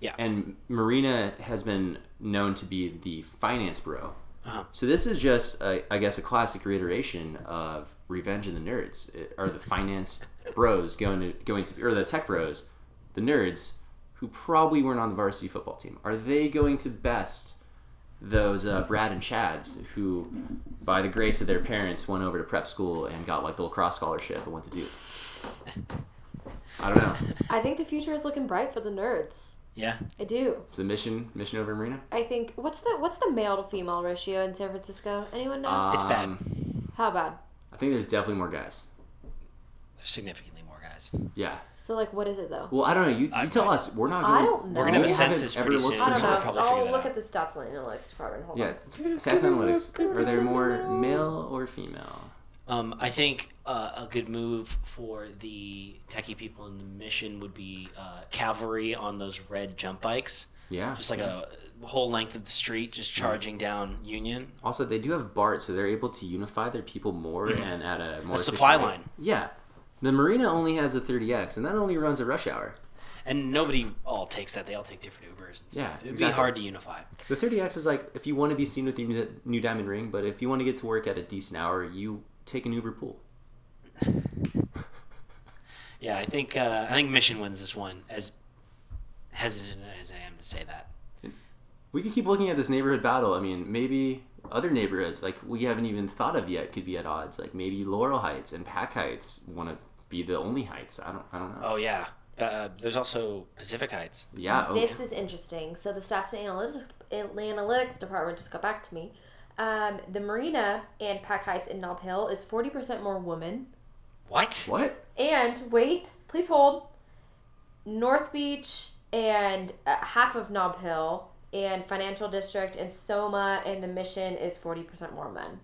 S2: Yeah.
S4: And Marina has been known to be the finance bro.
S2: Uh-huh.
S4: So this is just, uh, I guess, a classic reiteration of Revenge of the Nerds, It- or
S2: (laughs)
S4: the finance bros going to going to, or the tech bros, the nerds, who probably weren't on the varsity football team. Are they going to best those uh, Brad and Chads who, by the grace of their parents, went over to prep school and got like the lacrosse scholarship and went to Duke? I don't know.
S3: I think the future is looking bright for the nerds.
S2: Yeah.
S3: I do.
S4: Is the mission mission over Marina?
S3: I think what's the what's the male to female ratio in San Francisco? Anyone know?
S2: It's bad.
S4: Um,
S3: How bad?
S4: I think there's definitely more guys.
S2: There's significantly more guys.
S4: Yeah.
S3: So like, what is it though?
S4: Well, I don't know. You, you tell us. We're not. Going,
S3: I don't know. We're gonna have a
S4: we haven't
S2: census
S4: ever
S2: pretty
S4: looked
S2: soon.
S3: I don't
S4: this
S2: We'll
S4: up.
S3: know.
S2: probably figure
S3: I'll
S2: that
S3: look
S2: out.
S3: at the stats and analytics department. Hold
S4: Yeah,
S3: on.
S4: stats analytics. Are there more male or female?
S2: Um, I think uh, a good move for the techie people in the mission would be uh, cavalry on those red jump bikes,
S4: Ah, Yeah.
S2: just like a whole length of the street, just charging down Union.
S4: Also, they do have BART, so they're able to unify their people more and at a more
S2: Mm-hmm. A supply
S4: efficient rate.
S2: line.
S4: Yeah, the marina only has a 30x, and that only runs at rush hour.
S2: And nobody all takes that; they all take different Ubers. And stuff.
S4: Yeah,
S2: it'd
S4: exactly.
S2: be hard to unify.
S4: The 30x is like if you want to be seen with your new- new diamond ring, but if you want to get to work at a decent hour, you take an Uber pool.
S2: Yeah, I think uh, I think Mission wins this one. As hesitant as I am to say that,
S4: We could keep looking at this neighborhood battle. I mean, maybe other neighborhoods like we haven't even thought of yet could be at odds. Like maybe Laurel Heights and Pack Heights want to be the only heights. I don't. I don't know.
S2: Oh yeah. Uh, there's also Pacific Heights.
S4: yeah. oh,
S3: This is interesting. So the stats and analytics analytics department just got back to me. Um, the marina and Pack Heights in Knob Hill is forty percent more women.
S2: What?
S4: what?
S3: And wait, please hold. North Beach and uh, half of Knob Hill and Financial District and Soma and the Mission is forty percent more men.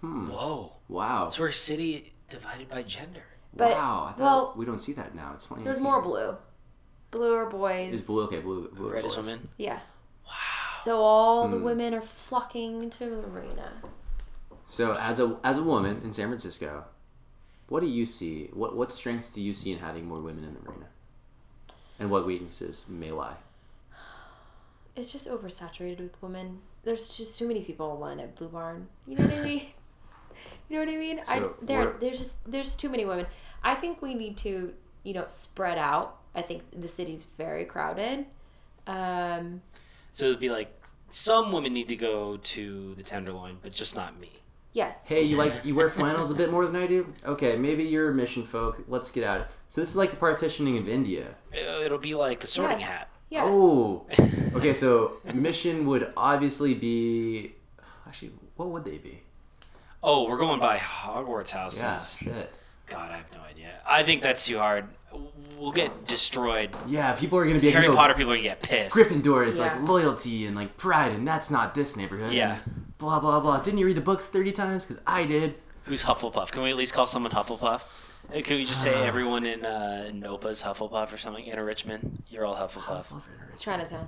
S2: Whoa.
S4: Hmm. Wow.
S2: So we're a city divided by gender.
S3: But
S4: wow. I thought
S3: well,
S4: we don't see that now. It's twenty.
S3: there's more blue. Blue are boys.
S4: Is blue okay? Blue. blue
S2: Red is
S4: boys.
S2: women.
S3: Yeah. Wow. So all
S4: Hmm.
S3: the women are flocking to the marina.
S4: So as a as a woman in San Francisco, what do you see? What what strengths do you see in having more women in the marina? And what weaknesses may lie?
S3: It's just oversaturated with women. There's just too many people online at Blue Barn. You know what I
S4: (laughs)
S3: mean? You know what I mean? I
S4: So
S3: there
S4: we're-
S3: there's just there's too many women. I think we need to, you know, spread out. I think the city's very crowded. Um
S2: So it'd be like some women need to go to the tenderloin, but just not me.
S3: yes.
S4: Hey, you like you wear flannels a bit more than I do? Okay, maybe you're mission folk. Let's get at it. So this is like the partitioning of India.
S2: Uh, It'll be like the sorting
S3: yes.
S2: hat.
S3: Yes.
S4: Oh. Okay, so mission would obviously be actually what would they be?
S2: (laughs) Oh, we're going by Hogwarts houses.
S4: Yeah, shit.
S2: God, I have no idea. I think that's too hard. We'll get destroyed.
S4: Yeah, people are gonna be like,
S2: Harry
S4: "No,
S2: Potter people are gonna get pissed.
S4: Gryffindor is
S3: Yeah.
S4: like loyalty and like pride, and that's not this neighborhood.
S2: Yeah.
S4: and Blah blah blah. Didn't you read the books thirty times? Because I did.
S2: Who's Hufflepuff? Can we at least call someone Hufflepuff? Uh, Can we just say
S4: Ah.
S2: everyone in uh, Nopa's Hufflepuff or something? Anna Richmond, you're all Hufflepuff.
S4: (laughs)
S2: (laughs)
S3: Chinatown.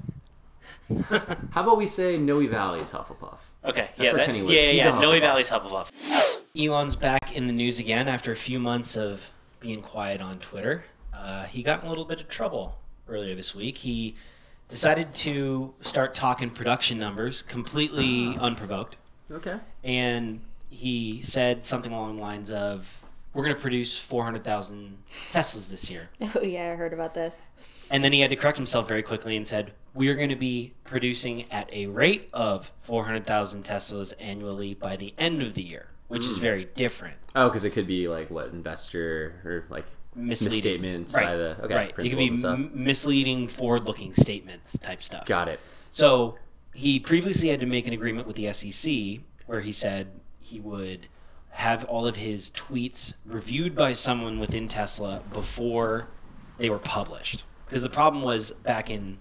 S4: How about we say Noe Valley is Hufflepuff?
S2: Okay, yeah,
S4: where
S2: that,
S4: Kenny
S2: yeah,
S4: lives.
S2: yeah,
S4: He's
S2: yeah.
S4: a
S2: Noe
S4: Hufflepuff.
S2: Valley's Hufflepuff. Elon's back in the news again after a few months of being quiet on Twitter. Uh, he got in a little bit of trouble earlier this week. He decided to start talking production numbers completely
S4: Ah.
S2: unprovoked,
S4: Okay.
S2: and he said something along the lines of, "We're going to produce 400,000 Teslas this year."
S3: (laughs) Oh yeah, I heard about this.
S2: And then he had to correct himself very quickly and said, We're going to be producing at a rate of 400,000 Teslas annually by the end of the year, which
S4: Hmm.
S2: is very different.
S4: Oh, because it could be like what investor or like
S2: Misleading.
S4: misstatements
S2: Right.
S4: by the okay
S2: right. It could
S4: principals
S2: be
S4: and stuff.
S2: m- misleading, forward looking statements type stuff.
S4: Got it.
S2: So he previously had to make an agreement with the SEC where he said he would have all of his tweets reviewed by someone within Tesla before they were published. Because the problem was back in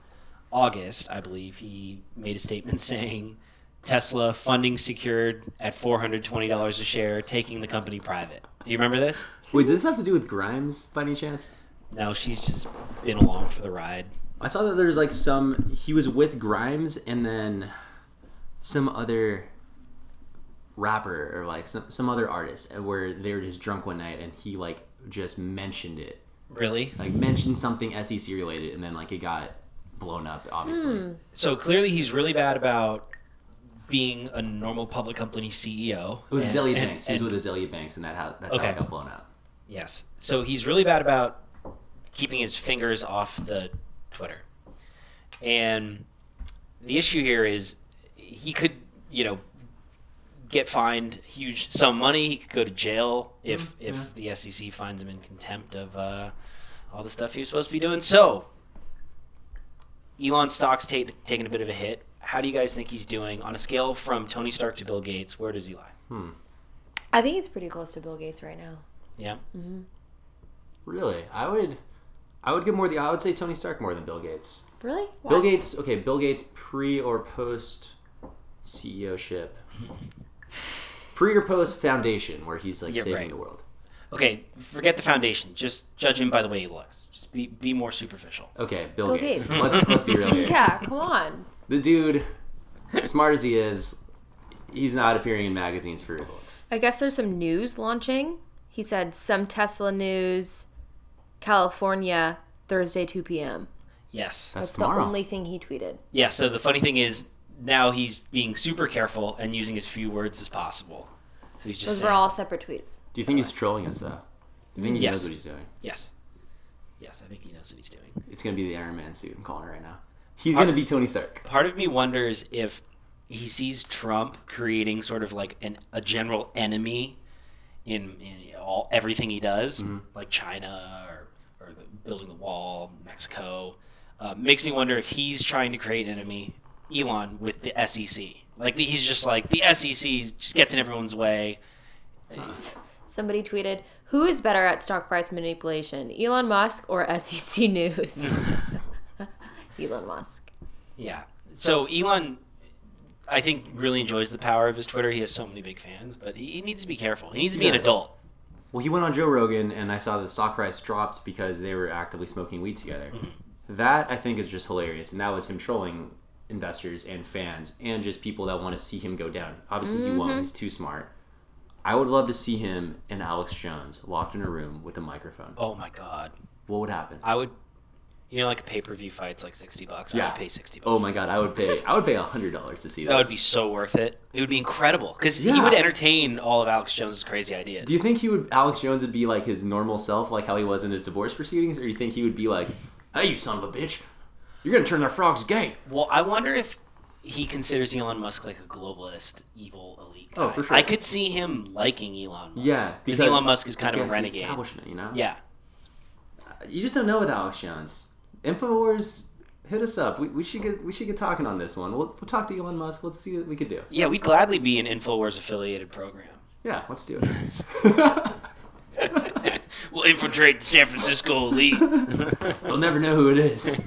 S2: August, I believe, he made a statement (laughs) saying Tesla funding secured at $420 a share, taking the company private. Do you remember this?
S4: Wait, does this have to do with Grimes by any chance?
S2: No, she's just been along for the ride.
S4: I saw that there's like some he was with Grimes and then some other rapper or like some some other artist where they were just drunk one night and he like just mentioned it.
S2: Really?
S4: Like mentioned something SEC related and then like it got blown up
S3: Hmm.
S4: obviously.
S2: So clearly, he's really bad about being a normal public company CEO.
S4: It was
S2: And-
S4: Azalea
S2: and-
S4: Banks. he was
S2: and-
S4: with Azalea Banks and that how that's how
S2: Okay.
S4: it got blown up.
S2: Yes. So he's really bad about keeping his fingers off the Twitter. And the issue here is he could, you know, get fined huge sum of money. He could go to jail if if the SEC finds him in contempt of uh, all the stuff he was supposed to be doing. So Elon stock's ta- taking a bit of a hit. How do you guys think he's doing on a scale from Tony Stark to Bill Gates? Where does he lie?
S3: I think he's pretty close to Bill Gates right now.
S2: Yeah.
S4: Really? I would I would give more the I would say Tony Stark more than Bill Gates.
S3: Really?
S4: Bill Gates, okay, Bill Gates pre or post
S3: (laughs)
S4: CEO ship. Pre or post foundation where he's like
S2: Yeah,
S4: saving
S2: right.
S4: the world.
S2: Okay, forget the foundation. Just judge him by the way he looks. Just be be more superficial.
S4: Okay, Bill,
S3: Bill
S4: Gates.
S3: Gates.
S4: let's
S3: (laughs)
S4: let's be real here.
S3: Yeah, come on.
S4: The dude, smart as he is, he's not appearing in magazines for his looks.
S3: I guess there's some news launching. He said some Tesla news, California, Thursday 2 p.m.
S2: Yes.
S4: That's,
S3: That's
S4: tomorrow.
S3: the only thing he tweeted.
S2: Yeah, so the funny thing is now he's being super careful and using as few words as possible. So he's just
S3: Those
S2: saying,
S3: were all separate tweets.
S4: Do you think he's trolling us though? Do you think he
S2: Yes.
S4: knows what he's doing?
S2: Yes. Yes, I think he knows what he's doing.
S4: It's gonna be the Iron Man suit. I'm calling it right now. He's
S2: Uh,
S4: gonna be Tony Stark.
S2: Part of me wonders if he sees Trump creating sort of like an a general enemy in, in all everything he does, like China or, or the, building the wall, Mexico. Uh, makes me wonder if he's trying to create an enemy, Elon, with the SEC. Like he's just like the SEC just gets in everyone's way.
S3: (laughs) Somebody tweeted, "Who is better at stock price manipulation, Elon Musk or (laughs) SEC
S4: (laughs)
S3: News?" Elon Musk.
S2: Yeah. So Elon, I think, really enjoys the power of his Twitter. He has so many big fans, but he, he needs to be careful. He needs to be an
S4: Yes.
S2: adult.
S4: Well, he went on Joe Rogan, and I saw the stock price dropped because they were actively smoking weed together.
S2: Mm-hmm.
S4: That I think is just hilarious, and that was him trolling investors and fans and just people that want to see him go down. Obviously, he won't; he's too smart. I would love to see him and Alex Jones locked in a room with a microphone.
S2: Oh my god.
S4: What would happen?
S2: I would, you know, like a pay per view fight's like sixty bucks. I
S4: Yeah.
S2: would pay sixty bucks.
S4: Oh my god, I would pay. I would pay hundred dollars to see this.
S2: That would be so worth it. It would be incredible because he
S4: Yeah.
S2: would entertain all of Alex Jones's crazy ideas.
S4: Do you think he would? Alex Jones would be like his normal self, like how he was in his divorce proceedings, or you think he would be like, "Hey, you son of a bitch, you're gonna turn their frogs gay"?
S2: well, I wonder if he considers Elon Musk like a globalist, evil, elite. Guy.
S4: Oh, for sure.
S2: I could see him liking Elon. Musk.
S4: Yeah,
S2: because Elon Musk is kind of a
S4: against the
S2: renegade.
S4: Establishment, you know.
S2: Yeah,
S4: you just don't know with Alex Jones. Infowars, hit us up. We, we should get we should get talking on this one. We'll, we'll talk to Elon Musk. Let's see what we could do. (laughs)
S2: yeah, we'd gladly be an Infowars affiliated program.
S4: Yeah, let's do
S2: (laughs)
S4: it.
S2: We'll infiltrate the San Francisco
S4: (laughs)
S2: elite.
S4: They'll never know who it is.
S2: (laughs)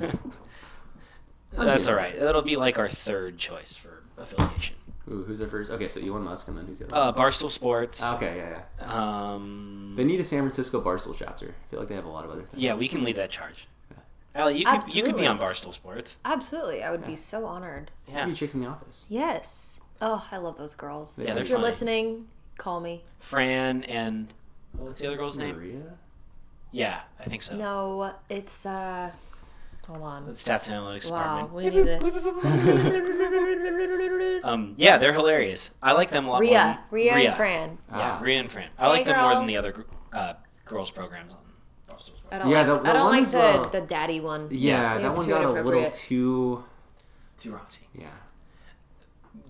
S2: That's all right. That'll be like our third choice for affiliation.
S4: Ooh, who's our first? Okay, so Elon Musk, and then who's the other? one?
S2: Uh, Barstool Sports.
S4: okay, yeah, yeah.
S2: Um,
S4: They need a San Francisco barstool chapter. I feel like they have a lot of other things.
S2: yeah, we can lead that charge. Allie, you could, you could be
S3: Absolutely.
S2: on Barstool Sports.
S3: Absolutely. I would be so honored.
S2: Yeah.
S4: Three chicks in the office.
S3: Yes. Oh, I love those girls.
S4: Yeah, they're
S3: if you're
S2: funny.
S3: listening, call me.
S2: Fran and what's the other girl's name?
S4: Maria.
S2: (laughs)
S4: (laughs)
S2: Yeah, I think
S4: Oh.
S2: so.
S3: No, it's uh hold
S2: The
S3: on.
S2: stats and analytics
S3: Wow,
S2: department.
S3: we need to
S4: Ah.
S2: Um, yeah, they're hilarious. I like them a lot. more
S3: Rhea.
S2: than-
S3: Rhea, and Fran.
S2: Yeah,
S4: Ah.
S2: Rhea and Fran. I like them more than the
S3: girls. Uh,
S2: other gr- uh, girls programs on Barstool Sports.
S3: I don't
S4: Yeah,
S3: like,
S4: the- the
S3: I don't
S4: one
S3: like
S4: is,
S3: the,
S4: uh,
S3: the daddy one.
S4: Yeah,
S3: Like,
S4: that
S3: it's
S4: one
S3: too
S4: got a little
S3: inappropriate.
S4: too.
S2: Too raunchy.
S4: Yeah.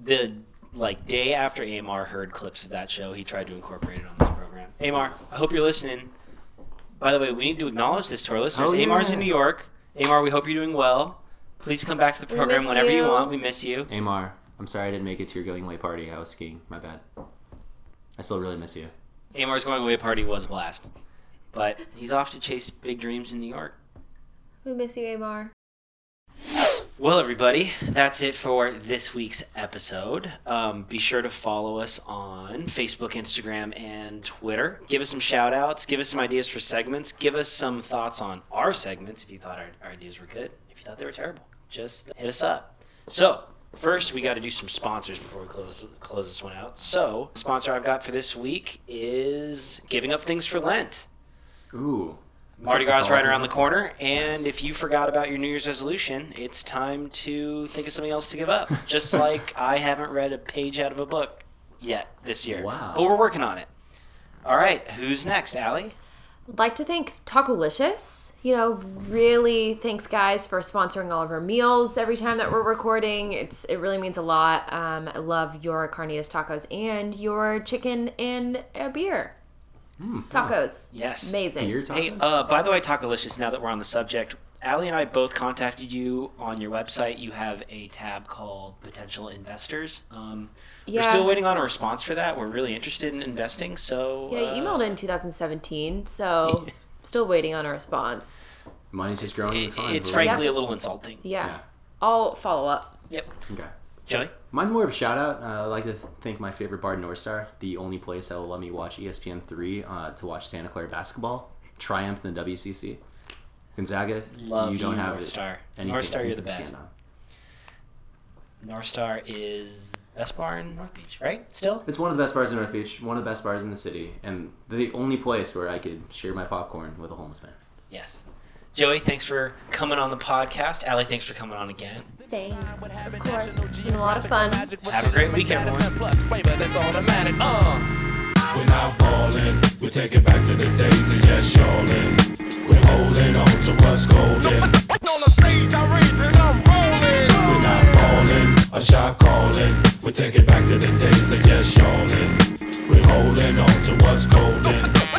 S2: the like day after Amar heard clips of that show, he tried to incorporate it on this program. Amar, I hope you're listening. By the way, we need to acknowledge this to our listeners.
S4: Oh, yeah.
S2: Amar's in New York. Amar, we hope you're doing well. Please come back to the
S3: We
S2: program
S3: miss
S2: whenever you.
S3: you.
S2: want. We miss you.
S4: Amar, I'm sorry I didn't make it to your going away party. I was skiing. My bad. I still really miss you.
S2: Amar's going away party was a blast, but he's off to chase big dreams in New York.
S3: We miss you, Amar.
S2: Well, everybody, that's it for this week's episode. Um, be sure to follow us on Facebook, Instagram, and Twitter. Give us some shout outs. Give us some ideas for segments. Give us some thoughts on our segments if you thought our, our ideas were good. If you thought they were terrible, just hit us up. So, first, we got to do some sponsors before we close, close this one out. So, sponsor I've got for this week is Giving Up Things for Lent.
S4: Ooh.
S2: Mardi Gras is right around the corner, and if you forgot about your New Year's resolution, it's time to think of something else to give
S4: (laughs)
S2: up. Just like I haven't read a page out of a book yet this year.
S4: Wow.
S2: But we're working on it. All right, who's next, Allie?
S3: like to thank Tacolicious. You know, really thanks guys for sponsoring all of our meals every time that we're recording. It's it really means a lot. Um, I love your carnitas tacos and your chicken and a beer. tacos.
S2: Yes.
S3: Amazing.
S4: Hmm, Beer
S2: Hey,
S4: tacos?
S2: uh, by the way, Tacolicious, now that we're on the subject, Allie and I both contacted you on your website. You have a tab called Potential Investors. Um, We're
S3: Yeah.
S2: still waiting on a response for that. We're really interested in investing, so.
S3: yeah, you
S2: uh,
S3: emailed in 2017,
S4: (laughs)
S3: so still waiting on a response.
S4: Money's just growing. and
S2: it-
S4: fine.
S2: it's
S4: We're-
S2: frankly a little insulting.
S3: Yeah.
S4: Yeah.
S3: I'll follow up.
S2: Yep.
S4: Okay.
S2: Joey?
S4: Mine's more of a shout out. Uh, I'd like to thank my favorite bar, North Star, the only place that will let me watch E ESPN 3 uh, to watch Santa Clara basketball, triumph in the WCC. Gonzaga,
S2: Love
S4: you don't
S2: you,
S4: have
S2: North
S4: it-
S2: Star.
S4: anything-
S2: North Star, you're the
S4: anything
S2: best.
S4: to stand on.
S2: North Star is best bar in North Beach, right? Still?
S4: It's one of the best bars in North Beach, one of the best bars in the city, and the only place where I could share my popcorn with a homeless man.
S2: Yes. Joey, thanks for coming on the podcast. Allie, thanks for coming on again.
S3: Thanks. Of course. It's been a lot of fun.
S2: Have a great weekend, everyone.
S6: Plus flavor that's automatic. Uh.
S7: We're not falling. We take it back to the days of yes, y'allin'. We're holding on to what's golden.
S6: On the stage, I rage and I'm rolling.
S7: We're not falling. A shot calling. We take it back to the days of yes, y'allin'. We're holding on to what's golden.